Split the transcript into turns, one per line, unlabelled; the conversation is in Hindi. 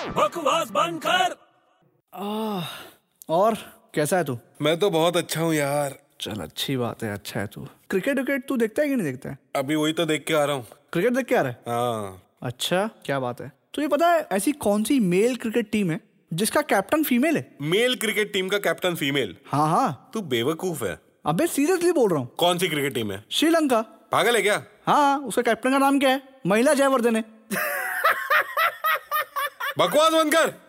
आवाज बंद कर
और कैसा है तू
मैं तो बहुत अच्छा हूँ यार
चल अच्छी बात है अच्छा है तू क्रिकेट विकेट तू देखता है कि नहीं देखता है
अभी वही तो देख के आ रहा हूँ
क्रिकेट देख के आ रहा है
हाँ
अच्छा क्या बात है तो ये पता है ऐसी कौन सी मेल क्रिकेट टीम है जिसका कैप्टन फीमेल है
मेल क्रिकेट टीम का कैप्टन फीमेल
हाँ हाँ
तू बेवकूफ है
अबे सीरियसली बोल रहा हूँ
कौन सी क्रिकेट टीम है
श्रीलंका
पागल है क्या
हाँ हाँ उसका कैप्टन का नाम क्या है महिला जयवर्धन है
बकवास बंद कर